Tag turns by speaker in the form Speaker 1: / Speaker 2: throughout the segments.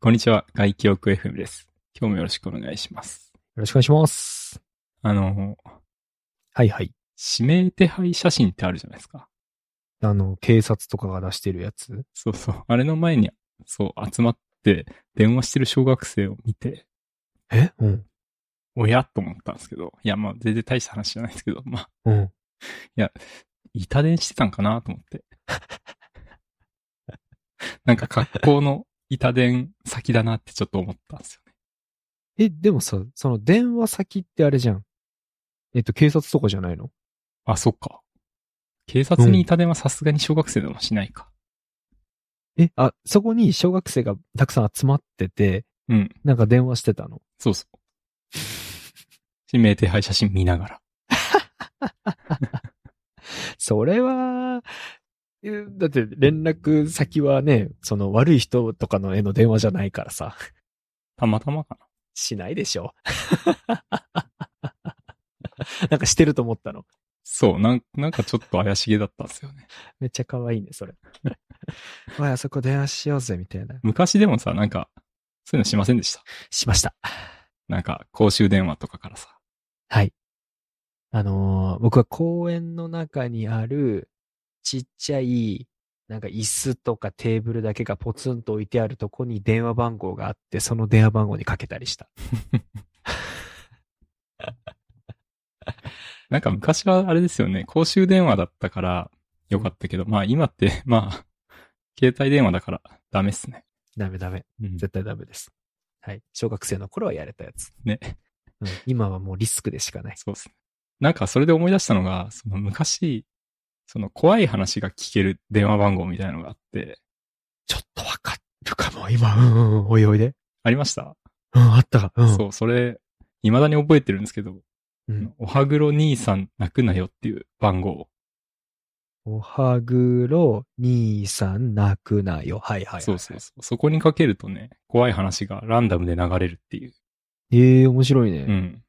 Speaker 1: こんにちは、外記憶 FM です。今日もよろしくお願いします。
Speaker 2: よろしくお願いします。
Speaker 1: あの、
Speaker 2: はいはい。
Speaker 1: 指名手配写真ってあるじゃないですか。
Speaker 2: あの、警察とかが出してるやつ。
Speaker 1: そうそう。あれの前に、そう、集まって電話してる小学生を見て、
Speaker 2: えうん。
Speaker 1: おやと思ったんですけど、いや、まあ、全然大した話じゃないですけど、まあ、
Speaker 2: うん。
Speaker 1: 板伝してたんかなと思って。 なんか格好の板伝先だなってちょっと思ったんですよね。
Speaker 2: え、でもさ、その電話先ってあれじゃん。えっと、警察とかじゃないの
Speaker 1: あ、そっか。警察に板伝はさすがに小学生でもしないか。
Speaker 2: え、あ、そこに小学生がたくさん集まってて、
Speaker 1: うん。
Speaker 2: なんか電話してたの。
Speaker 1: そうそう。指名手配写真見ながら。
Speaker 2: それは、えだって連絡先はね、その悪い人とかの絵の電話じゃないからさ、
Speaker 1: たまたまかな。
Speaker 2: しないでし ょ。なんかしてると思ったの。
Speaker 1: そう、なんなんかちょっと怪しげだったんですよね。
Speaker 2: めっちゃ可愛いね、それ。 おい、あそこ電話しようぜ、みたいな。
Speaker 1: 昔でもさ、なんか、そういうのしませんでした。
Speaker 2: しました。
Speaker 1: なんか、公衆電話とかからさ。
Speaker 2: はい。あのー僕は公園の中にある、ちっちゃい、なんか椅子とかテーブルだけがポツンと置いてあるとこに電話番号があって、その電話番号にかけたりした。
Speaker 1: なんか昔はあれですよね、公衆電話だったからよかったけど、まあ今って、 まあ、携帯電話だからダメっすね。
Speaker 2: ダメダメ。
Speaker 1: うん
Speaker 2: 絶対ダメです。はい。小学生の頃はやれたやつ。
Speaker 1: ね。
Speaker 2: うん、今はもうリスクでしかない。
Speaker 1: そうっすね。なんかそれで思い出したのが、その昔、その怖い話が聞ける電話番号みたいなのがあって、
Speaker 2: ちょっとわかるかも、今。うんうんうん、おいおいで。
Speaker 1: ありました、
Speaker 2: うん、あったか。うん。
Speaker 1: そう、それ、未だに覚えてるんですけど、
Speaker 2: うん
Speaker 1: おはぐろ兄さん泣くなよっていう番号。
Speaker 2: おはぐろ、兄さん、泣くなよ。はいはい、はい。
Speaker 1: そうそうそう。そこにかけるとね、怖い話がランダムで流れるっていう。
Speaker 2: ええー、面白いね。
Speaker 1: うん。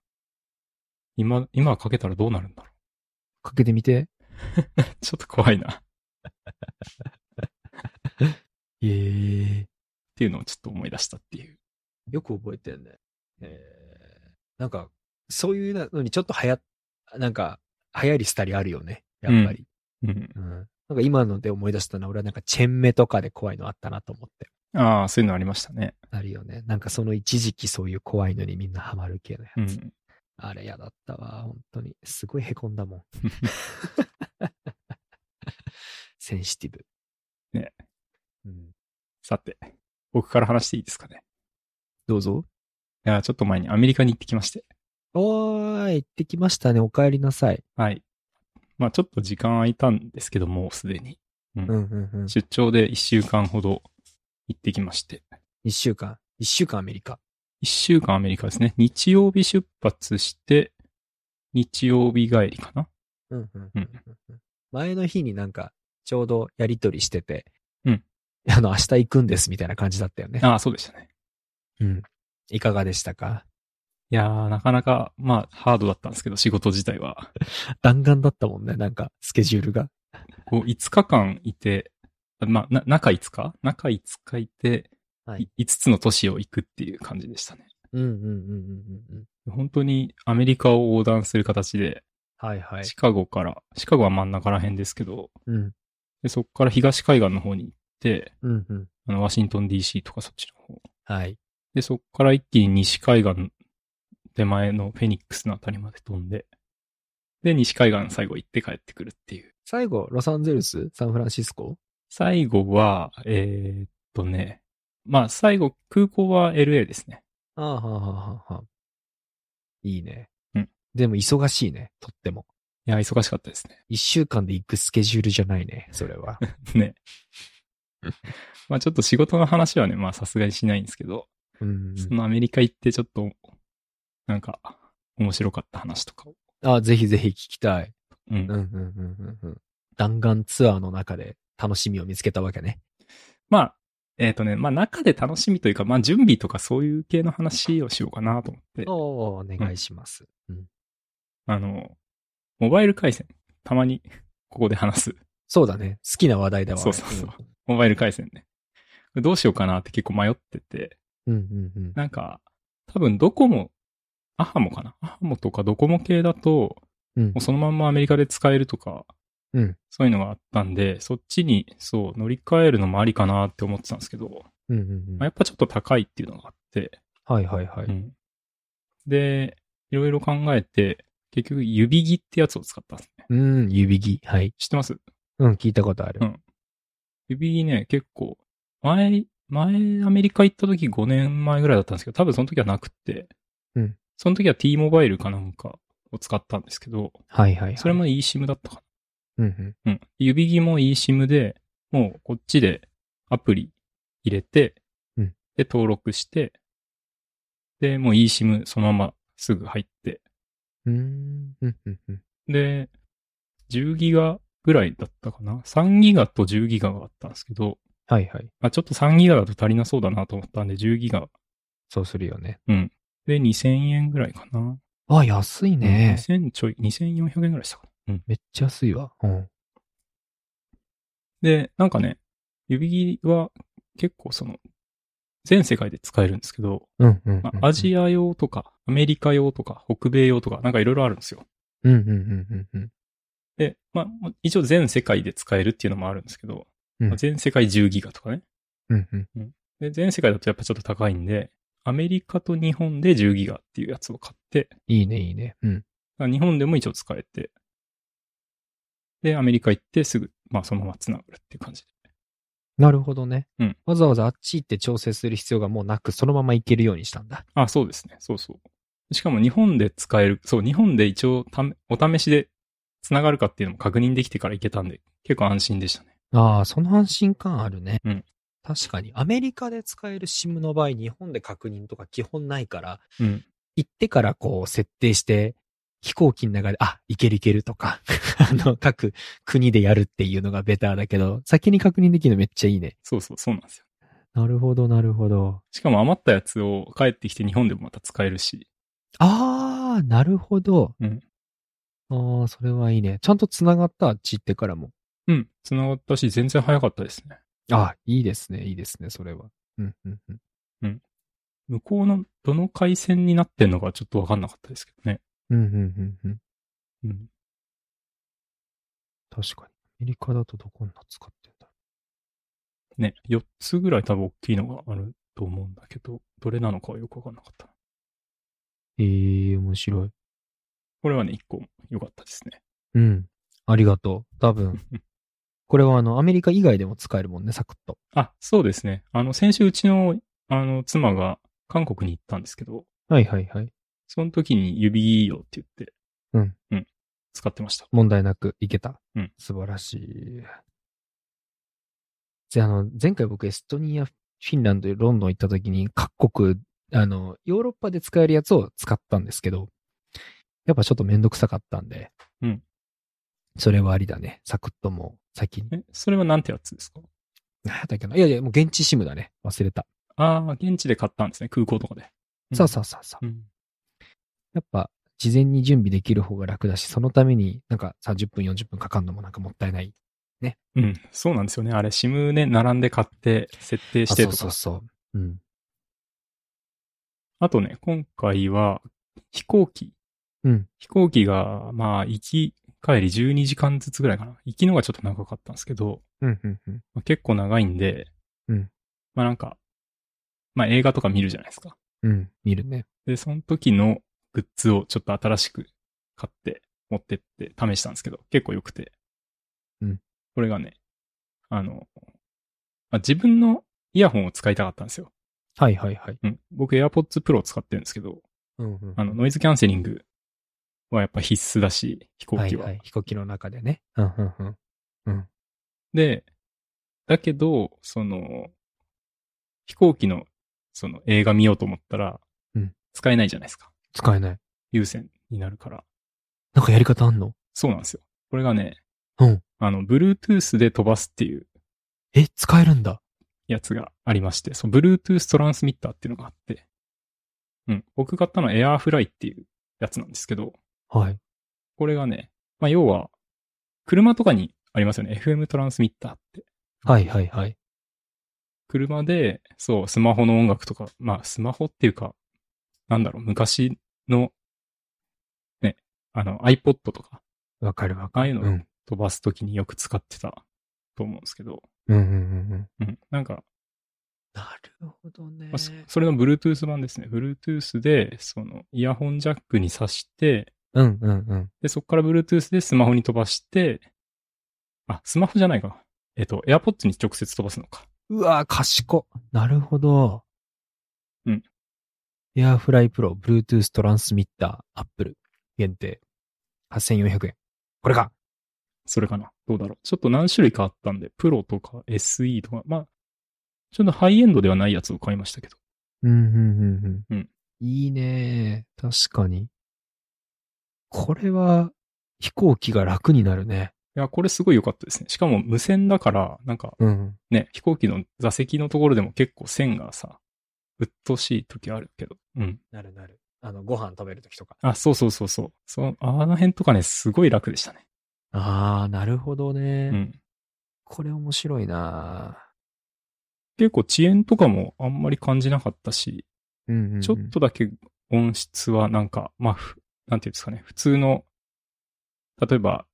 Speaker 1: 今、今かけたらどうな るんだろ
Speaker 2: かけてみて。
Speaker 1: う。ちょっと怖いな。っ
Speaker 2: ええー。
Speaker 1: ていうのをちょっと思い出したっていう。
Speaker 2: よく覚えてんね。ええなんか、そういうのにちょっと流行、なんか、流行りしたりあるよね。やっぱり。
Speaker 1: うん。
Speaker 2: うん。なんか今ので思い出したのは、俺はなんか、チェンメとかで怖いのあったなと思って。
Speaker 1: ああ、そういうのありましたね。
Speaker 2: あるよね。なんかその一時期そういう怖いのにみんなハマる系のや
Speaker 1: う
Speaker 2: つ。
Speaker 1: ん。
Speaker 2: あれ嫌だったわ、本当に。すごい凹ん だもん。センシティブ。
Speaker 1: ね。
Speaker 2: うん。
Speaker 1: さて、僕から話していいですかね。
Speaker 2: どうぞ。
Speaker 1: いや、ちょっと前にアメリカに行ってきまして。
Speaker 2: おーい、行ってきましたね。お帰りなさい。
Speaker 1: はい。まあちょっと時間空いたんですけど、もうすでに。
Speaker 2: うんうんうん。
Speaker 1: 出張で1週間ほど行ってきまして。
Speaker 2: 一週間。一週間アメリカ。
Speaker 1: 一週間アメリカですね。日曜日出発して、日曜日帰りかな
Speaker 2: うんうん
Speaker 1: うん。
Speaker 2: 前の日になんか、ちょうどやりとりしてて。
Speaker 1: うん。
Speaker 2: あの、明日行くんですみたいな感じだったよね。
Speaker 1: ああ、そうでしたね。
Speaker 2: うん。いかがでしたか
Speaker 1: いやー、なかなか、まあ、ハードだったんですけど、仕事自体は。
Speaker 2: 弾丸だったもんね。なんか、スケジュールが。
Speaker 1: こう、5日間いて、まあ、な、中5日中5日いて、
Speaker 2: はい
Speaker 1: 5つの都市を行くっていう感じでしたね。
Speaker 2: うんうんうんうんうんうん。
Speaker 1: 本当にアメリカを横断する形で、
Speaker 2: はいはい。
Speaker 1: シカゴから、シカゴは真ん中ら辺ですけど、
Speaker 2: うん。
Speaker 1: でそこから東海岸の方に行って、
Speaker 2: うんうん。
Speaker 1: あの、ワシントン DC とかそっちの方。
Speaker 2: はい。
Speaker 1: で、そこから一気に西海岸手前のフェニックスのあたりまで飛んで、で、西海岸最後行って帰ってくるっていう。
Speaker 2: 最後、ロサンゼルスサンフランシスコ
Speaker 1: 最後は、えーっとね、まあ最後、空港は LA ですね。
Speaker 2: ああ、はあ、はあ、はあ。いいね。
Speaker 1: うん。
Speaker 2: でも、忙しいね。とっても。
Speaker 1: いや、忙しかったですね。
Speaker 2: 一週間で行くスケジュールじゃないね、それ は。
Speaker 1: ね。まあちょっと仕事の話はね、まあさすがにしないんですけど、
Speaker 2: うんうん
Speaker 1: そのアメリカ行ってちょっと、なんか、面白かった話とかを。
Speaker 2: あ、ぜひぜひ聞きたい。
Speaker 1: う
Speaker 2: うん
Speaker 1: ん。
Speaker 2: うんうんうんうん。弾丸ツアーの中で楽しみを見つけたわけね。
Speaker 1: まあ、えーっとね、まあ中で楽しみというか、まあ準備とかそういう系の話をしようかなと思って。
Speaker 2: おおー、お願いします。うん。
Speaker 1: あの、モバイル回線、たまに ここで話す。
Speaker 2: そうだね。好きな話題だわ。
Speaker 1: そうそうそう。モバイル回線ね。どうしようかなって結構迷ってて、
Speaker 2: うんうんうん。
Speaker 1: なんか、多分ドコモ、アハモかなアハモとかドコモ系だと、
Speaker 2: うん
Speaker 1: もうそのまんまアメリカで使えるとか、
Speaker 2: うん
Speaker 1: そういうのがあったんで、そっちに、そう、乗り換えるのもありかなって思ってたんですけど、
Speaker 2: うんうん
Speaker 1: まあ、やっぱちょっと高いっていうのがあって、
Speaker 2: うん。はいはいは
Speaker 1: う
Speaker 2: い。
Speaker 1: んで、いろいろ考えて、結局、指木ってやつを使ったんですね。
Speaker 2: うん、指木。はい。
Speaker 1: 知ってます
Speaker 2: うん、聞いたことある
Speaker 1: う。ん指木ね、結構、前、前アメリカ行った時5年前ぐらいだったんですけど、多分その時はなくって、
Speaker 2: うん
Speaker 1: その時は T モバイルかなんかを使ったんですけど、
Speaker 2: はいはいはい。
Speaker 1: それも eSIM だったか
Speaker 2: うんうん。
Speaker 1: な。うん。指木も eSIM で、もうこっちでアプリ入れて、
Speaker 2: うん
Speaker 1: で、登録して、で、もう eSIM そのまますぐ入って、
Speaker 2: うーん、うんうんうん。
Speaker 1: で、10ギガぐらいだったかな。3ギガと10ギガがあったんですけど、
Speaker 2: はいはい。
Speaker 1: あ、ちょっと3ギガだと足りなそうだなと思ったんで、10ギガ。
Speaker 2: そうするよね。
Speaker 1: で、2000円ぐらいかな。
Speaker 2: あ、安いね。
Speaker 1: 2000ちょい、2400円ぐらいしたかな。うん。
Speaker 2: めっちゃ安いわ。うん。
Speaker 1: で、なんかね、指切りは結構その、全世界で使えるんですけど、
Speaker 2: うんうんうんうん。
Speaker 1: まあアジア用とか、アメリカ用とか、北米用とか、なんかいろいろあるんですよ。
Speaker 2: うんうんうんうん
Speaker 1: で、まあ、もう一応全世界で使えるっていうのもあるんですけど、
Speaker 2: うん
Speaker 1: まあ全世界10ギガとかね。
Speaker 2: うん。うんうん。
Speaker 1: で、全世界だとやっぱちょっと高いんで、アメリカと日本で10ギガっていうやつを買って、
Speaker 2: いいねいいね。うん。
Speaker 1: だから日本でも一応使えて、で、アメリカ行ってすぐ、まあそのまま繋がるっていう感じで。
Speaker 2: なるほどね。
Speaker 1: うん
Speaker 2: わざわざあっち行って調整する必要がもうなく、そのまま行けるようにしたんだ。
Speaker 1: あ、そうですね。そうそう。しかも日本で使える、そう、日本で一応ためお試しで繋がるかっていうのも確認できてから行けたんで、結構安心でしたね。
Speaker 2: ああ、その安心感あるね。
Speaker 1: うん
Speaker 2: 確かに、アメリカで使える SIM の場合、日本で確認とか基本ないから、
Speaker 1: うん。
Speaker 2: 行ってからこう設定して、飛行機の中で、あ、いけるいけるとか、 あの、各国でやるっていうのがベターだけど、先に確認できるのめっちゃいいね。
Speaker 1: そうそう、そうなんですよ。
Speaker 2: なるほど、なるほど。
Speaker 1: しかも余ったやつを帰ってきて日本でもまた使えるし、
Speaker 2: ああ、なるほど。
Speaker 1: うん
Speaker 2: ああ、それはいいね。ちゃんと繋がった、あっち行ってからも。
Speaker 1: うん、繋がったし、全然早かったですね。
Speaker 2: ああ、いいですね、いいですね、それは。うん、うん、うん。
Speaker 1: 向こうのどの回線になってんのかちょっとわかんなかったですけどね。
Speaker 2: うん、うん、うん、うん。
Speaker 1: うん。
Speaker 2: 確かに。アメリカだとどこに使ってんだ
Speaker 1: ね、4つぐらい多分大きいのがあると思うんだけど、どれなのかはよくわかんなかったな。
Speaker 2: ええ面白い。
Speaker 1: これはね、1個良かったですね。
Speaker 2: うん。ありがとう。多分。これはあの、アメリカ以外でも使えるもんね、サクッと。
Speaker 1: あ、そうですね。あの、先週うちの、あの、妻が韓国に行ったんですけど、
Speaker 2: はいはいはい。
Speaker 1: その時に指いいよって言って、
Speaker 2: うん。
Speaker 1: うん。使ってました。
Speaker 2: 問題なくいけた。
Speaker 1: うん
Speaker 2: 素晴らしい。じゃあ、あの、前回僕エストニア、フィンランド、ロンドン行った時に各国、あの、ヨーロッパで使えるやつを使ったんですけど、やっぱちょっとめんどくさかったんで、
Speaker 1: うん。
Speaker 2: それはありだね。サクッともう先に。
Speaker 1: え、それはなんてやつですか
Speaker 2: なんだっけな。いやいや、もう現地シムだね。忘れた。
Speaker 1: ああ、現地で買ったんですね。空港とかで。うん
Speaker 2: そうそうそうそう。
Speaker 1: うん。
Speaker 2: やっぱ、事前に準備できる方が楽だし、そのためになんか30分、40分かかるのもなんかもったいない。
Speaker 1: うん。そうなんですよね。あれ、シムね、並んで買って、設定してとか。
Speaker 2: あそうそうそう。うん。
Speaker 1: あとね、今回は、飛行機。
Speaker 2: うん
Speaker 1: 飛行機が、まあ、行き、帰り12時間ずつぐらいかな。行きのがちょっと長かったんですけど、
Speaker 2: うん、うん、うん。
Speaker 1: まあ、結構長いんで、
Speaker 2: うん。
Speaker 1: まあなんか、まあ映画とか見るじゃないですか。
Speaker 2: うん、見るね。
Speaker 1: で、その時のグッズをちょっと新しく買って、持ってって試したんですけど、結構良くて。
Speaker 2: うん。
Speaker 1: これがね、あの、まあ、自分のイヤホンを使いたかったんですよ。
Speaker 2: はいはいはい。
Speaker 1: うん。僕 AirPods Pro を使ってるんですけど、
Speaker 2: うん、うん。
Speaker 1: あの、ノイズキャンセリングはやっぱ必須だし、飛行機は。
Speaker 2: いい飛行機の中でね。うん、うん、うん。
Speaker 1: で、だけど、その、飛行機の、その映画見ようと思ったら
Speaker 2: うん、
Speaker 1: 使えないじゃないですか。
Speaker 2: 使えない。
Speaker 1: 優先になるから。
Speaker 2: なんかやり方あんの
Speaker 1: そうなんですよ。これがね、
Speaker 2: うん
Speaker 1: あの、Bluetooth で飛ばすっていう
Speaker 2: え、使えるんだ。
Speaker 1: やつがありまして、その Bluetooth トランスミッターっていうのがあって、うん、僕買ったのは Airfly っていうやつなんですけど、
Speaker 2: はい。
Speaker 1: これがね、まあ、要は、車とかにありますよね。FM トランスミッターって。
Speaker 2: はいはいはい。
Speaker 1: 車で、そう、スマホの音楽とか、まあ、スマホっていうか、なんだろう、昔の、ね、あの、iPod とか、
Speaker 2: わかるわ
Speaker 1: あ
Speaker 2: か
Speaker 1: あ
Speaker 2: る。
Speaker 1: いう
Speaker 2: う
Speaker 1: の
Speaker 2: ん。
Speaker 1: 飛ばすときによく使ってたと思うんですけど、
Speaker 2: うんうんうんうん。
Speaker 1: うん。なんか、
Speaker 2: なるほどね
Speaker 1: まあそそれの Bluetooth 版ですね。Bluetooth で、その、イヤホンジャックに挿して、
Speaker 2: うんうんうん。
Speaker 1: で、そこから Bluetooth でスマホに飛ばして、あ、スマホじゃないか。えっと、AirPods に直接飛ばすのか。
Speaker 2: うわー、賢っ。なるほど。
Speaker 1: うん。
Speaker 2: エアフライプロ、Bluetooth トランスミッター、Apple 限定。8400円。これか。
Speaker 1: それかな。どうだろう。ちょっと何種類かあったんで、プロとか SE とか、まあ、ちょっとハイエンドではないやつを買いましたけど。
Speaker 2: うん、うん、うん、
Speaker 1: うん。
Speaker 2: いいねー確かに。これは、飛行機が楽になるね。
Speaker 1: いや、これすごい良かったですね。しかも無線だから、なんか
Speaker 2: うん。
Speaker 1: ね、飛行機の座席のところでも結構線がさ、うっとうしい時あるけど。うん。
Speaker 2: なるなる。あの、ご飯食べるときとか。
Speaker 1: あ、そうそうそうそう。そう、あの辺とかね、すごい楽でしたね。
Speaker 2: ああ、なるほどね、
Speaker 1: うん。
Speaker 2: これ面白いな
Speaker 1: 結構遅延とかもあんまり感じなかったし、
Speaker 2: ーうん、うんうん
Speaker 1: ちょっとだけ音質はなんか、まあ、ふなんていうんですかね、普通の、例えば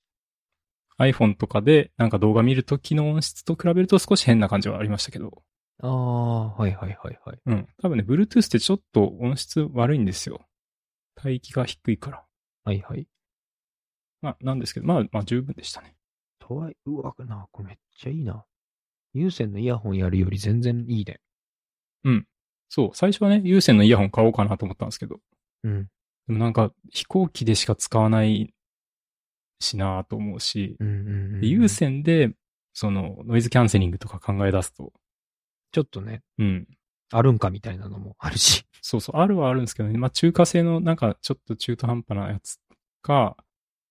Speaker 1: iPhone とかでなんか動画見るときの音質と比べると少し変な感じはありましたけど、
Speaker 2: ああ、はいはいはいはい。
Speaker 1: うん。多分ね、Bluetooth ってちょっと音質悪いんですよ。帯域が低いから。
Speaker 2: はいはい。
Speaker 1: まあ、なんですけど、まあ、まあ十分でしたね。
Speaker 2: とはいうわ、な、これめっちゃいいな。有線のイヤホンやるより全然いいね。
Speaker 1: そう、最初はね、有線のイヤホン買おうかなと思ったんですけど、
Speaker 2: うん。
Speaker 1: でもなんか飛行機でしか使わないしなぁと思うし、
Speaker 2: うんうん、うん。
Speaker 1: で有線で、その、ノイズキャンセリングとか考え出すと、
Speaker 2: ちょっとね、
Speaker 1: うん。
Speaker 2: あるんかみたいなのもあるし。
Speaker 1: そうそう、あるはあるんですけどね。まあ、中華製のなんか、ちょっと中途半端なやつか、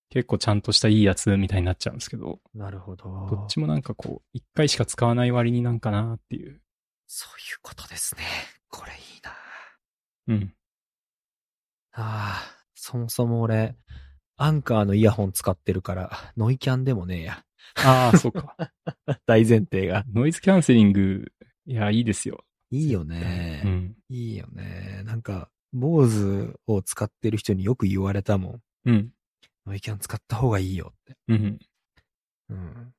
Speaker 1: 結構ちゃんとしたいいやつみたいになっちゃうんですけど、
Speaker 2: なるほど。
Speaker 1: どっちもなんかこう、一回しか使わない割になんかなっていう。
Speaker 2: そういうことですね。これいいな。
Speaker 1: うん。
Speaker 2: ああ、そもそも俺、アンカーのイヤホン使ってるから、ノイキャンでもねえや。
Speaker 1: ああ、そうか。
Speaker 2: 大前提が。
Speaker 1: ノイズキャンセリング、いや、いいですよ。
Speaker 2: いいよ
Speaker 1: う
Speaker 2: ね。
Speaker 1: ん。
Speaker 2: いいよね。なんか、坊主を使ってる人によく言われたもん。
Speaker 1: うん。
Speaker 2: ノイキャン使った方がいいよって。
Speaker 1: うん。
Speaker 2: うん。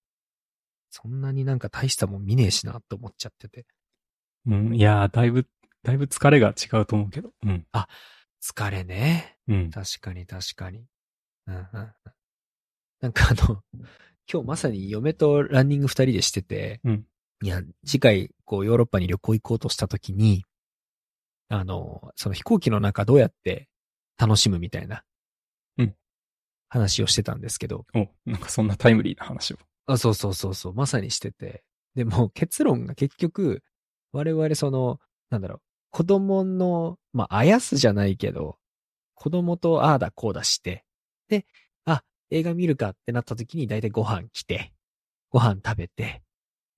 Speaker 2: そんなになんか大したもん見ねえしなって思っちゃってて。
Speaker 1: うん、いやー、だいぶ、だいぶ疲れが違うと思うけど。うん。
Speaker 2: 疲れね。
Speaker 1: うん。
Speaker 2: 確かに確かに。うんうんうん。なんかあの、 今日まさに嫁とランニング二人でしてて、
Speaker 1: うん
Speaker 2: いや、次回こうヨーロッパに旅行行こうとした時に、あの、その飛行機の中どうやって楽しむみたいな、
Speaker 1: うん
Speaker 2: 話をしてたんですけど、
Speaker 1: お、なんかそんなタイムリーな話を。
Speaker 2: あ、そうそうそうそう、まさにしてて。でも結論が結局、我々その、なんだろう、子供の、まあ、あやすじゃないけど、子供とああだこうだして、で、あ、映画見るかってなった時に大体ご飯来て、ご飯食べて、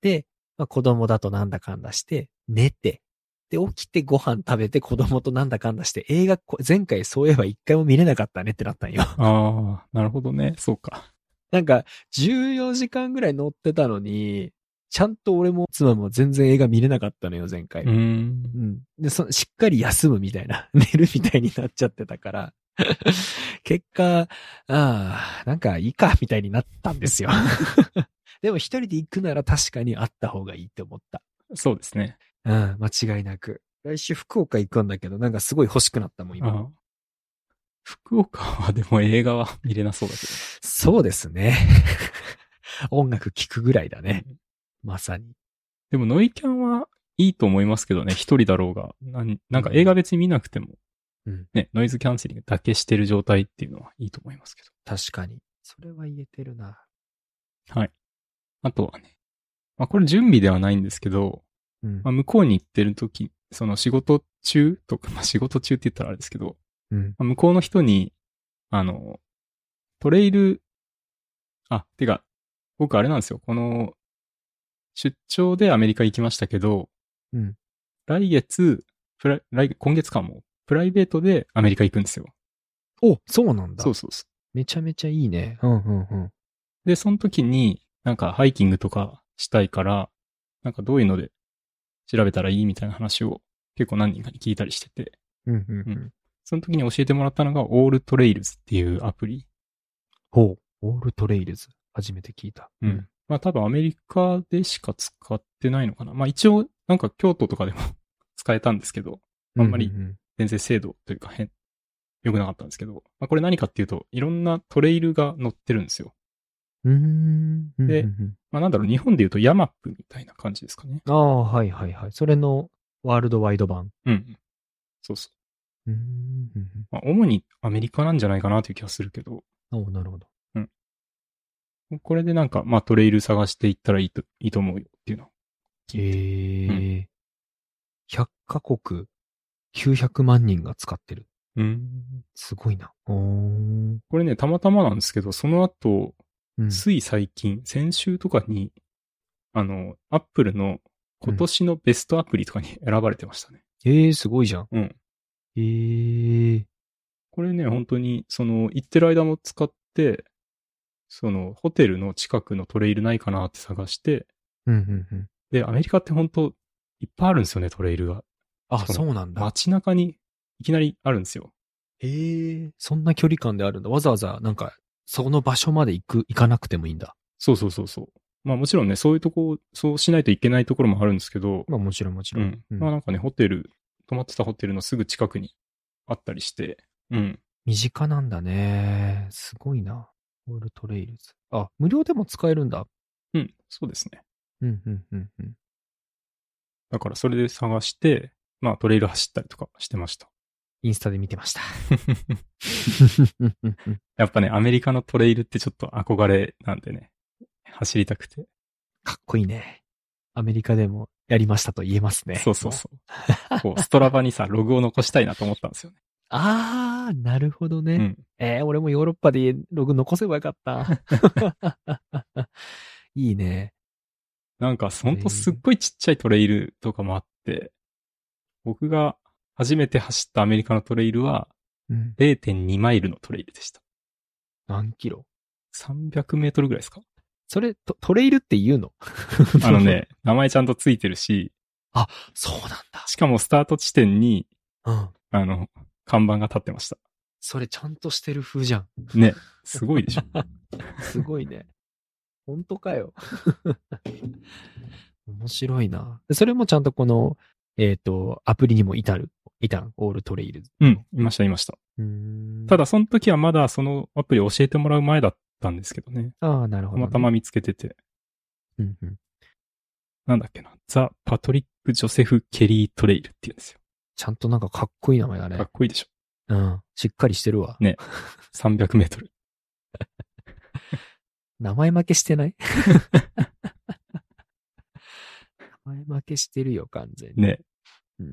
Speaker 2: で、まあ、子供だとなんだかんだして、寝て、で、起きてご飯食べて子供となんだかんだして、映画こ、前回そういえば一回も見れなかったねってなったんよ。
Speaker 1: ああ、なるほどね。そうか。
Speaker 2: なんか、14時間ぐらい乗ってたのに、ちゃんと俺も妻も全然映画見れなかったのよ、前回。
Speaker 1: うーん。
Speaker 2: で、その、しっかり休むみたいな、 寝るみたいになっちゃってたから、 結果、ああ、なんかいいか、みたいになったんですよ。 でも一人で行くなら確かにあった方がいいって思った。
Speaker 1: そうですね。
Speaker 2: うん、間違いなく。来週福岡行くんだけど、なんかすごい欲しくなったもん、今。
Speaker 1: あー福岡はでも映画は見れなそう だけ
Speaker 2: そうですね。 音楽聴くぐらいだね。まさに。
Speaker 1: ど。でもノイキャンはいいと思いますけどね。一人だろうが。なんなんか映画別に見なくても、
Speaker 2: うん
Speaker 1: ね、ノイズキャンセリングだけしてる状態っていうのはいいと思いますけど。
Speaker 2: 確かに。それは言えてるな。
Speaker 1: あとはね。まあこれ準備ではないんですけど、
Speaker 2: うん
Speaker 1: まあ、向こうに行ってる時、その仕事中とか、まあ、仕事中って言ったらあれですけど、
Speaker 2: うん。
Speaker 1: まあ向こうの人に、あの、トレイル、あ、てか、僕あれなんですよ。この、出張でアメリカ行きましたけど、
Speaker 2: うん
Speaker 1: 来月、プラ来今月かも、プライベートでアメリカ行くんですよ。
Speaker 2: お、そうなんだ。
Speaker 1: そうそうそ
Speaker 2: めちゃめちゃいいね。うんうんうん。
Speaker 1: う。で、その時に、なんかハイキングとかしたいから、なんかどういうので調べたらいいみたいな話を結構何人かに聞いたりしてて、
Speaker 2: うんうんう。
Speaker 1: うんその時に教えてもらったのがオールトレイルズっていうアプリ。
Speaker 2: ほう。オールトレイルズ。初めて聞いた。
Speaker 1: うん。まあ多分アメリカでしか使ってないのかな。まあ一応なんか京都とかでも 使えたんですけど、あんまり
Speaker 2: ううん
Speaker 1: 全然精度というか変、良くなかったんですけど、まあこれ何かっていうと、いろんなトレイルが載ってるんですよ。
Speaker 2: うん。うーん。
Speaker 1: で
Speaker 2: うんうんうん
Speaker 1: まあなんだろう、日本で言うとヤマップみたいな感じですかね。
Speaker 2: ああ、はいはいはい。それのワールドワイド版。
Speaker 1: うん。そうそう。
Speaker 2: うーん。うん
Speaker 1: まあ主にアメリカなんじゃないかなという気がするけど、
Speaker 2: うんおなるほど。
Speaker 1: これでなんか、まあトレイル探していったらいいと、いいと思うよっていうの。
Speaker 2: ええ。100カ国、900万人が使ってる。
Speaker 1: うん。
Speaker 2: すごいな。おー。
Speaker 1: これね、たまたまなんですけど、その後、
Speaker 2: うん
Speaker 1: つい最近、先週とかに、あの、アップルの今年のベストアプリとかに選ばれてましたね。
Speaker 2: ええすごいじゃん。
Speaker 1: うん。
Speaker 2: ええ
Speaker 1: これね、本当に、その、行ってる間も使って、その、ホテルの近くのトレイルないかなって探して、
Speaker 2: うんうんうん。
Speaker 1: で、アメリカって本当、いっぱいあるんですよね、トレイルが。
Speaker 2: あ、
Speaker 1: しかも
Speaker 2: そうなんだ。
Speaker 1: 街中に、いきなりあるんですよ。
Speaker 2: ええそんな距離感であるんだ。わざわざ、なんか、その場所まで行く、行かなくてもいいんだ。
Speaker 1: そうそうそうそう。まあもちろんね、そういうとこ、そうしないといけないところもあるんですけど、
Speaker 2: まあもちろんもち
Speaker 1: う
Speaker 2: ろん。
Speaker 1: ん。まあなんかね、ホテル、泊まってたホテルのすぐ近くにあったりして、うん。
Speaker 2: 身近なんだね。すごいな。オールトレイルズ。あ、無料でも使えるんだ。
Speaker 1: うん。そうですね。
Speaker 2: うんうんうんうん。
Speaker 1: だからそれで探して、まあトレイル走ったりとかしてま した。
Speaker 2: インスタで見てま した。
Speaker 1: やっぱね、アメリカのトレイルってちょっと憧れなんでね、走りたくて。
Speaker 2: かっこいいね。アメリカでもやりましたと言えますね。
Speaker 1: そうそうそう。こう、ストラバにさ、ログを残したいなと思ったんですよね。
Speaker 2: あー、なるほどね。
Speaker 1: うん。
Speaker 2: えー、俺もヨーロッパでログ残せばよかった。 いいね。
Speaker 1: なんか、ほんとすっごいちっちゃいトレイルとかもあって、僕が初めて走ったアメリカのトレイルは、
Speaker 2: うん。
Speaker 1: 0.2マイルのトレイルでした。
Speaker 2: 何キロ
Speaker 1: 300メートルぐらい ですか
Speaker 2: それト、トレイルって言うの
Speaker 1: あの。ね、名前ちゃんとついてるし、
Speaker 2: そうなんだ。
Speaker 1: しかもスタート地点に、
Speaker 2: うん。
Speaker 1: あの、看板が立ってました。
Speaker 2: それちゃんとしてる風じゃん。
Speaker 1: ね、すごいでしょ。
Speaker 2: すごいね。 本当かよ。 面白いな。それもちゃんとこの、えっ、と、アプリにも至る。至る。オールトレイルズ。
Speaker 1: うん、いました、いました。
Speaker 2: うーん
Speaker 1: ただ、、その時はまだそのアプリ教えてもらう前だったんですけどね。
Speaker 2: ああ、なる
Speaker 1: た
Speaker 2: ほど、ね。
Speaker 1: またま見つけてて、
Speaker 2: うんうん。
Speaker 1: なんだっけな、ザ・パトリック・ジョセフ・ケリー・トレイルって言うんですよ。
Speaker 2: ちゃんとなんかかっこいい名前だ
Speaker 1: か
Speaker 2: ね
Speaker 1: っ。こいいでしょ。
Speaker 2: うん。しっかりしてるわ。
Speaker 1: ね300メートル。
Speaker 2: 名前負けしてない 名前負けしてるよ、完全に。
Speaker 1: ね。
Speaker 2: うん。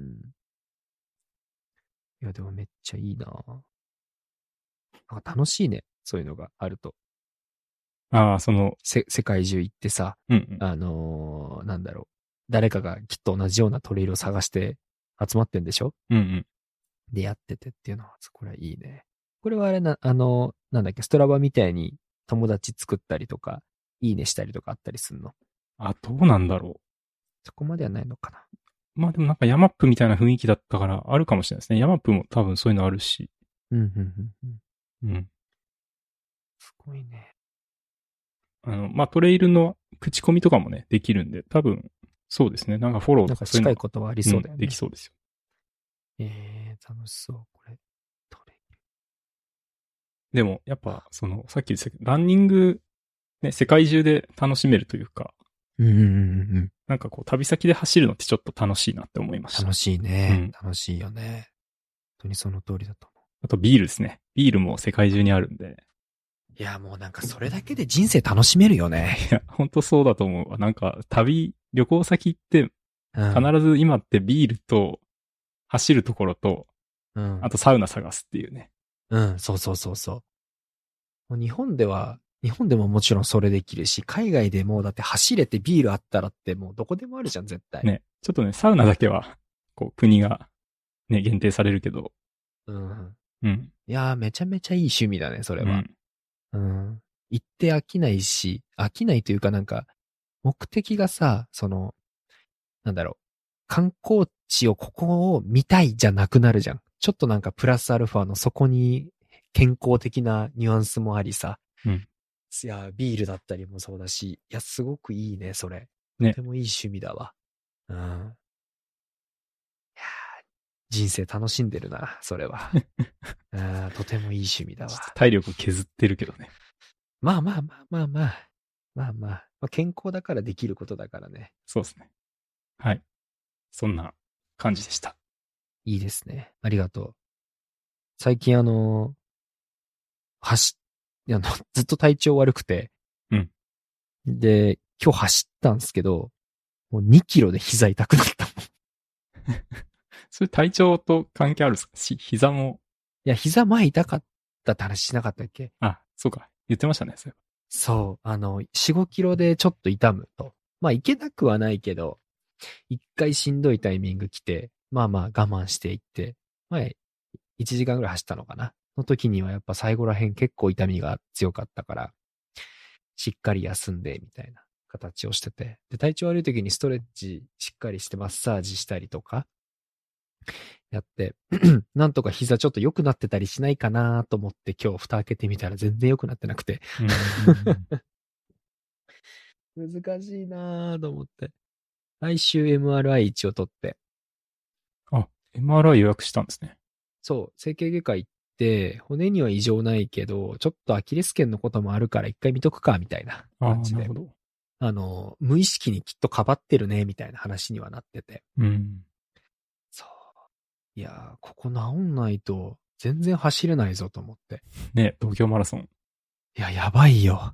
Speaker 2: いや、でもめっちゃいいななんか楽しいね。そういうのがあると。
Speaker 1: ああ、その、
Speaker 2: せ、世界中行ってさ、
Speaker 1: うん、うん。
Speaker 2: あのーなんだろう。誰かがきっと同じようなトレイルを探して集まってんでしょ
Speaker 1: うんうん。
Speaker 2: でやっててっていうのは、これはいいね。これはあれな、あのーなんだっけ、ストラバみたいに友達作ったりとか、いいねしたりとかあったりするの。
Speaker 1: あ、どうなんだろ
Speaker 2: そこまではないのかな。
Speaker 1: う。まあでもなんかヤマップみたいな雰囲気だったからあるかもしれないですね。ヤマップも多分そういうのあるし。
Speaker 2: うん、うん、うんうん。
Speaker 1: うん。
Speaker 2: すごいね。
Speaker 1: あの、まあトレイルの口コミとかもね、できるんで、多分、そうですね。なんかフォロー
Speaker 2: な
Speaker 1: と
Speaker 2: んか
Speaker 1: かそういう
Speaker 2: 近
Speaker 1: の
Speaker 2: いことはありそうだよ
Speaker 1: うん
Speaker 2: ね。
Speaker 1: できそうですよ。
Speaker 2: えー、楽しそう、これ。トレイル。
Speaker 1: でも、やっぱ、その、さっき言ってたけど、ランニング、ね、世界中で楽しめるというか、
Speaker 2: うんうんうんうん。
Speaker 1: なんかこう、旅先で走るのってちょっと楽しいなって思いました。
Speaker 2: 楽しいね、
Speaker 1: うん
Speaker 2: 楽しいよね。本当にその通りだと思
Speaker 1: あとビールですね。ビールも世界中にあるんで。
Speaker 2: う。いや、もうなんかそれだけで人生楽しめるよね。
Speaker 1: いや、ほんとそうだと思うわ。なんか、旅、旅行先行って、
Speaker 2: うん
Speaker 1: 必ず今ってビールと、走るところと、
Speaker 2: うん
Speaker 1: あとサウナ探すっていうね。
Speaker 2: うん、そうそうそうそう。もう日本では、日本でももちろんそれできるし、海外でもだって走れてビールあったらってもうどこでもあるじゃん、絶対。
Speaker 1: ね。ちょっとね、サウナだけは、こう、国が、ね、限定されるけど、
Speaker 2: うん。
Speaker 1: うん。
Speaker 2: いやー、めちゃめちゃいい趣味だね、それ
Speaker 1: う
Speaker 2: は。
Speaker 1: ん
Speaker 2: うん。行って飽きないし、飽きないというかなんか、目的がさ、その、なんだろう。観光地をここを見たいじゃなくなるじゃん。ちょっとなんかプラスアルファのそこに健康的なニュアンスもありさ。
Speaker 1: うん
Speaker 2: いや、ビールだったりもそうだし、いや、すごくいいね、それ。
Speaker 1: ね
Speaker 2: とてもいい趣味だわ。うん。いや人生楽しんでるな、それ は。うんとてもいい趣味だわ
Speaker 1: ちょ。っと体力削ってるけどね。
Speaker 2: まあまあまあまあまあ。まあまあ。まあ、健康だからできることだからね。
Speaker 1: そうですね。はい。そんな感じでした。
Speaker 2: いいですね。ありがとう。最近あの、走っ、あの、ずっと体調悪くて。
Speaker 1: うん。
Speaker 2: で、今日走ったんですけど、もう2キロで膝痛くなったもん。い
Speaker 1: それ体調と関係あるんですかし、膝も、
Speaker 2: や、膝前痛かったって話しなかったっけ
Speaker 1: あ、そうか。言ってましたね。それ
Speaker 2: そう。あの、4、5キロでちょっと痛むと。まあ、いけなくはないけど、一回しんどいタイミング来て、まあまあ我慢していって、前、1時間ぐらい走ったのかなの時にはやっぱ最後ら辺結構痛みが強かったから、しっかり休んで、みたいな形をしてて。で、体調悪い時にストレッチしっかりしてマッサージしたりとか、やって、 なんとか膝ちょっと良くなってたりしないかなと思って今日蓋開けてみたら全然良くなってなくて、難しいなぁと思って。来週 MRI 一応取って。
Speaker 1: MRI 予約したんですね。
Speaker 2: そう、整形外科行って、骨には異常ないけど、ちょっとアキレス腱のこともあるから一回見とくか、みたいな
Speaker 1: ああ、
Speaker 2: 感じ
Speaker 1: なる
Speaker 2: で
Speaker 1: ほ。ど。
Speaker 2: あの、無意識にきっとかばってるね、みたいな話にはなってて。
Speaker 1: うん。
Speaker 2: そう。いやー、ここ治んないと、全然走れないぞと思って。
Speaker 1: ね、東京マラソン
Speaker 2: いや、やばいよ。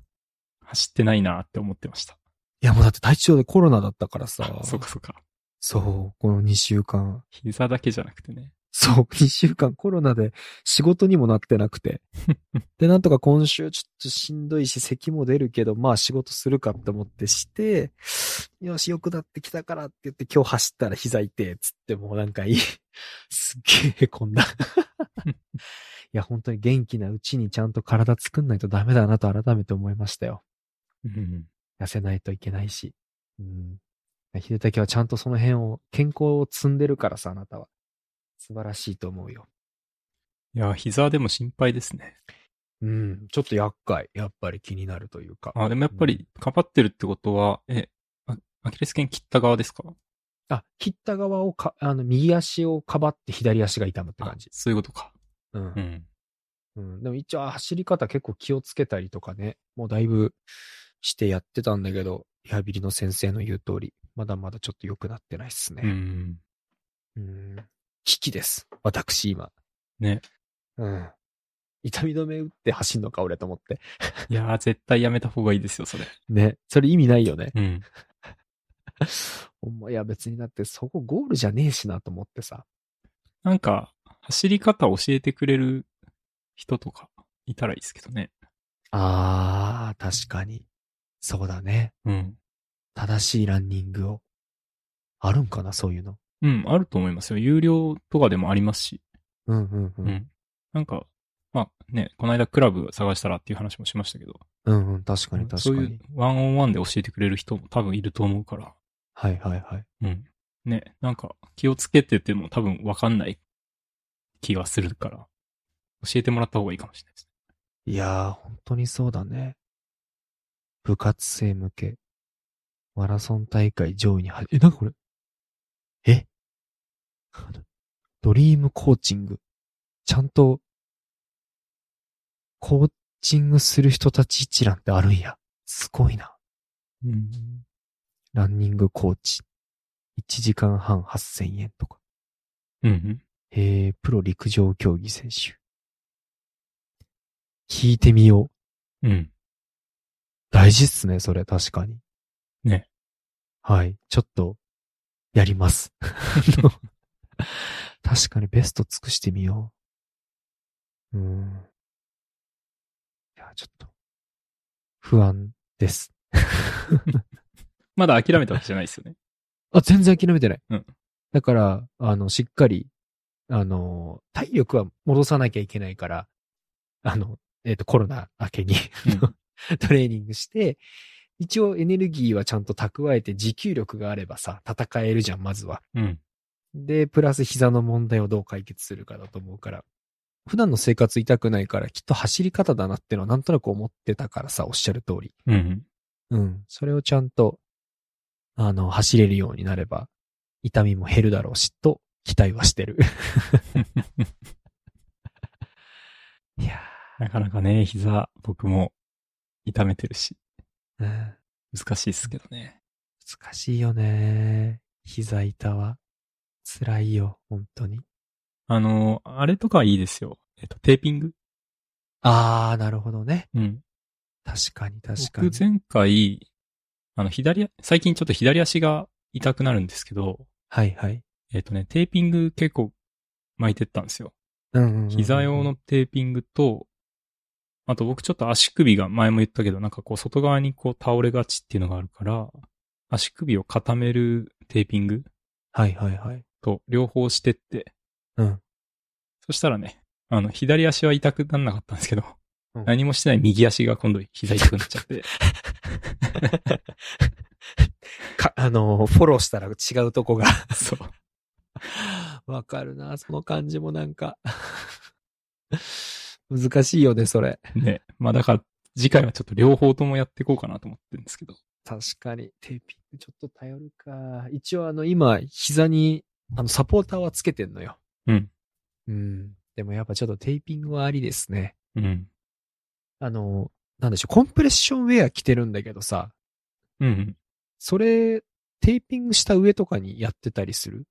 Speaker 1: 走ってないなって思ってました。。
Speaker 2: いや、もうだって体調でコロナだったからさ
Speaker 1: そうかそうか。
Speaker 2: そう、この2週間。
Speaker 1: 膝だけじゃなくてね。
Speaker 2: そう、2週 間コロナで仕事にもなってなくて。で、なんとか今週ちょっとしんどいし、咳も出るけど、まあ仕事するかって思ってして、よし、良くなってきたからって言って今日走ったら膝痛え、つってもうなんかいい。 すっげえこんな。いや、本当に元気なうちにちゃんと体作んないとダメだなと改めて思いましたよ。
Speaker 1: うん。
Speaker 2: 痩せないといけないし。うん。秀武はちゃんとその辺を、健康を積んでるからさ、あなたは。素晴らしいと思うよ。
Speaker 1: いや、膝でも心配ですね。
Speaker 2: うん、ちょっと厄介。やっぱり気になるというか。
Speaker 1: あ、でもやっぱり、かばってるってことは、え、あアキレス腱切った側ですか
Speaker 2: あ、切った側をか、あの、右足をかばって左足が痛むって感じ
Speaker 1: あ。そういうことか。
Speaker 2: う。
Speaker 1: うんん。
Speaker 2: うん。でも一応あ走り方結構気をつけたりとかね、もうだいぶしてやってたんだけど、リハビリの先生の言う通り、まだまだちょっと良くなってないっす
Speaker 1: う
Speaker 2: ね。
Speaker 1: ん。
Speaker 2: うん。危機です。私今。
Speaker 1: ね。
Speaker 2: うん。痛み止め打って走んのか、俺と思って。
Speaker 1: いやー、絶対やめた方がいいですよ、それ。
Speaker 2: ね。それ意味ないよね。
Speaker 1: うん。
Speaker 2: ほんま、いや別にだってそこゴールじゃねえしなと思ってさ。
Speaker 1: なんか、走り方教えてくれる人とかいたらいいですけどね。
Speaker 2: あー、確かに。そうだね。
Speaker 1: うん。
Speaker 2: 正しいランニングを。あるんかな、そういうの。
Speaker 1: うん、あると思いますよ。有料とかでもありますし。
Speaker 2: うんうんう。
Speaker 1: うんん。なんか、まあね、この間クラブ探したらっていう話もしましたけど、
Speaker 2: うんうん、確かに確
Speaker 1: そう
Speaker 2: か
Speaker 1: い
Speaker 2: に。
Speaker 1: うワンオンワンで教えてくれる人も多分いると思うから、
Speaker 2: はいはいはい。
Speaker 1: うん。ね、なんか気をつけてても多分わかんない気がするから、教えてもらった方がいいかもしれないです。
Speaker 2: いやー、本当にそうだね。部活生向け。マラソン大会上位に入え、なんかこれえ ドリームコーチング。ちゃんと、コーチングする人たち一覧ってあるんや。すごいな。
Speaker 1: うん。
Speaker 2: ランニングコーチ。1時間半8000円とか。
Speaker 1: うんうん。
Speaker 2: えー、プロ陸上競技選手。聞いてみよう。
Speaker 1: うん。
Speaker 2: 大事っすね、それ、確かに。
Speaker 1: ね。
Speaker 2: はい。ちょっと、やります。あの確かにベスト尽くしてみよう。うーん。いや、ちょっと、不安です。
Speaker 1: まだ諦めたわけじゃないですよね。
Speaker 2: あ、全然諦めてない。
Speaker 1: うん
Speaker 2: だから、あの、しっかり、あの、体力は戻さなきゃいけないから、あの、えっ、と、コロナ明けに、
Speaker 1: うん
Speaker 2: トレーニングして、一応エネルギーはちゃんと蓄えて持久力があればさ、戦えるじゃん、まずは。
Speaker 1: うん。
Speaker 2: で、プラス膝の問題をどう解決するかだと思うから。普段の生活痛くないからきっと走り方だなってのはなんとなく思ってたからさ、おっしゃる通り。
Speaker 1: うん。
Speaker 2: うん。それをちゃんと、あの、走れるようになれば、痛みも減るだろうし、と期待はしてる。 いや
Speaker 1: なかなかね、膝、僕も痛めてるし、
Speaker 2: ー、うん
Speaker 1: 難しいっすけどね。
Speaker 2: 難しいよね。膝痛は。辛いよ、本当に。
Speaker 1: あの、あれとかはいいですよ。えっと、テーピング
Speaker 2: あー、なるほどね。
Speaker 1: うん。
Speaker 2: 確かに、確かに
Speaker 1: 僕。前回、あの、左、最近ちょっと左足が痛くなるんですけど、
Speaker 2: はいはい。
Speaker 1: えっとね、テーピング結構巻いてったんですよ。
Speaker 2: うんうんうんうん
Speaker 1: 膝用の。テーピングと、あと僕ちょっと足首が前も言ったけど、なんかこう外側にこう倒れがちっていうのがあるから、足首を固めるテーピング
Speaker 2: はいはいはい。
Speaker 1: と両方してって、
Speaker 2: うん。
Speaker 1: そしたらね、あの、左足は痛くなんなかったんですけど、
Speaker 2: うん
Speaker 1: 何もしてない右足が今度膝痛くなっちゃ って、
Speaker 2: か、あのー、フォローしたら違うと こが。
Speaker 1: そう。
Speaker 2: わかるな、その感じもなんか。 難しいよね、それ。
Speaker 1: ね、まあだから次回はちょっと両方ともやっていこうかなと思ってるんですけど、
Speaker 2: 確かに。テーピングちょっと頼るか。一応あの、今、膝に、あの、サポーターはつけてんのよ。
Speaker 1: うん。
Speaker 2: うん。でもやっぱちょっとテーピングはありですね。
Speaker 1: うん。
Speaker 2: あの、なんでしょう、コンプレッションウェア着てるんだけどさ、
Speaker 1: うんうん。
Speaker 2: それ、テーピングした上とかにやってたりする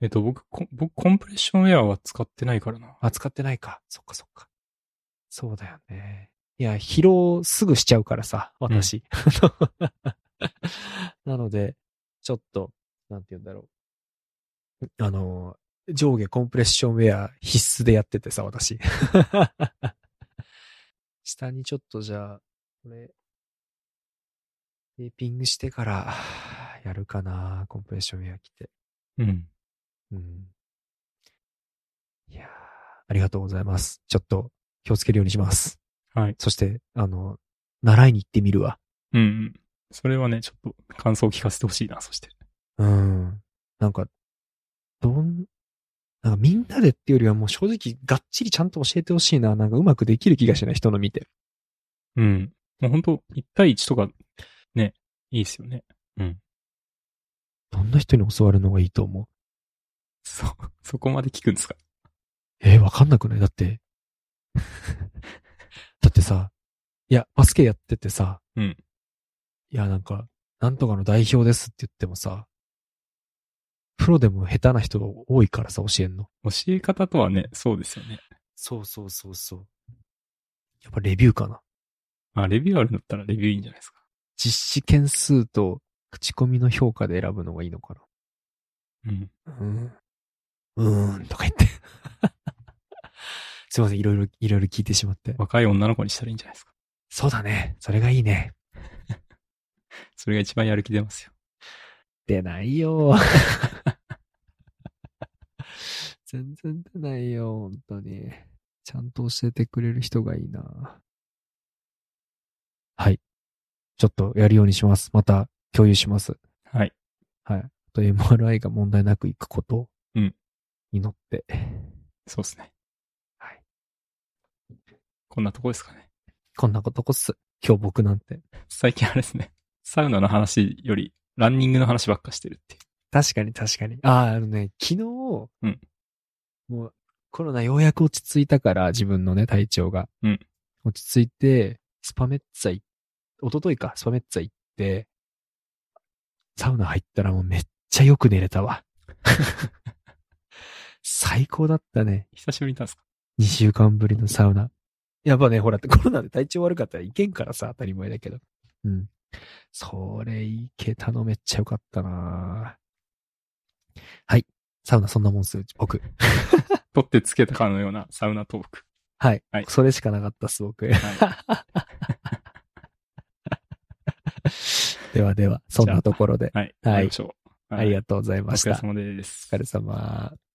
Speaker 1: えっと、僕、こ僕、コンプレッションウェアは使ってないからな。
Speaker 2: あ、使ってないか。そっかそっか。そうだよね。いや、疲労すぐしちゃうからさ、私。あの なので、ちょっと、なんて言うんだろう。あの、上下コンプレッションウェア必須でやっててさ、私。下にちょっとじゃあ、これ、テーピングしてから、やるかな、コンプレッションウェア着て。
Speaker 1: うん。
Speaker 2: うんいやーありがとうございます。ちょっと気をつけるようにします。
Speaker 1: はい。
Speaker 2: そして、あの、習いに行ってみるわ。
Speaker 1: うんうん。それはね、ちょっと感想を聞かせてほしいな、そして。
Speaker 2: うん。なんか、どん、なんかみんなでっていうよりはもう正直がっちりちゃんと教えてほしいな。なんかうまくできる気がしない人の見て。
Speaker 1: うん。もう本当1対1とか、ね、いいですよね。
Speaker 2: どんな人に教わるのがいいと思う
Speaker 1: そ、 そこまで聞くんですか
Speaker 2: えーわかんなくないだって。 だってさ、いや、バスケやっててさ、
Speaker 1: うん
Speaker 2: いや、なんか、なんとかの代表ですって言ってもさ、プロでも下手な人が多いからさ、教えんの。
Speaker 1: 教え方とはね、そうですよね。
Speaker 2: そうそうそうそう。やっぱレビューかな。
Speaker 1: あ、レビューあるんだったらレビューいいんじゃないですか。
Speaker 2: 実施件数と口コミの評価で選ぶのがいいのか
Speaker 1: うん。
Speaker 2: な。うん。うーん、とか言って。 すいません、いろいろ、いろいろ聞いてしまって。
Speaker 1: 若い女の子にしたらいいんじゃないですか。
Speaker 2: そうだね。それがいいね。
Speaker 1: それが一番やる気出ますよ。
Speaker 2: 出ないよ。 全然出ないよ、本当に。ちゃんと教えてくれる人がいいな。はい。ちょっとやるようにします。また共有します。
Speaker 1: はい。
Speaker 2: はい。あと MRI が問題なくいくことを
Speaker 1: うん
Speaker 2: 祈って。
Speaker 1: そうですね。
Speaker 2: はい。
Speaker 1: こんなとこですかね。
Speaker 2: こんなことこっす。今日僕なんて。
Speaker 1: 最近あれですね。サウナの話より、ランニングの話ばっかしてるっていう。
Speaker 2: 確かに確かに。ああ、あのね、昨日、
Speaker 1: うん
Speaker 2: もうコロナようやく落ち着いたから、自分のね、体調が。
Speaker 1: うん
Speaker 2: 落ち着いて、スパメッツァ行っ、一昨日か、スパメッツァ行って、サウナ入ったらもうめっちゃよく寝れた わ。最高だったね。
Speaker 1: 久しぶりに行ったんですか
Speaker 2: 2週間ぶりのサウナ。やっぱね、ほら、コロナで体調悪かったらいけんからさ、当たり前だけど。うん。それ、いけたのめっちゃよかったなはい。サウナそんなもんっすよ、僕。
Speaker 1: 取ってつけたかのようなサウナトーク。
Speaker 2: はい。
Speaker 1: はい
Speaker 2: それしかなかったっす、僕。
Speaker 1: は
Speaker 2: ではでは、そんなところで。
Speaker 1: い。はい。終わ
Speaker 2: はい
Speaker 1: りましょう。
Speaker 2: ありがとうございました。
Speaker 1: お疲れ様です。
Speaker 2: お疲れ様。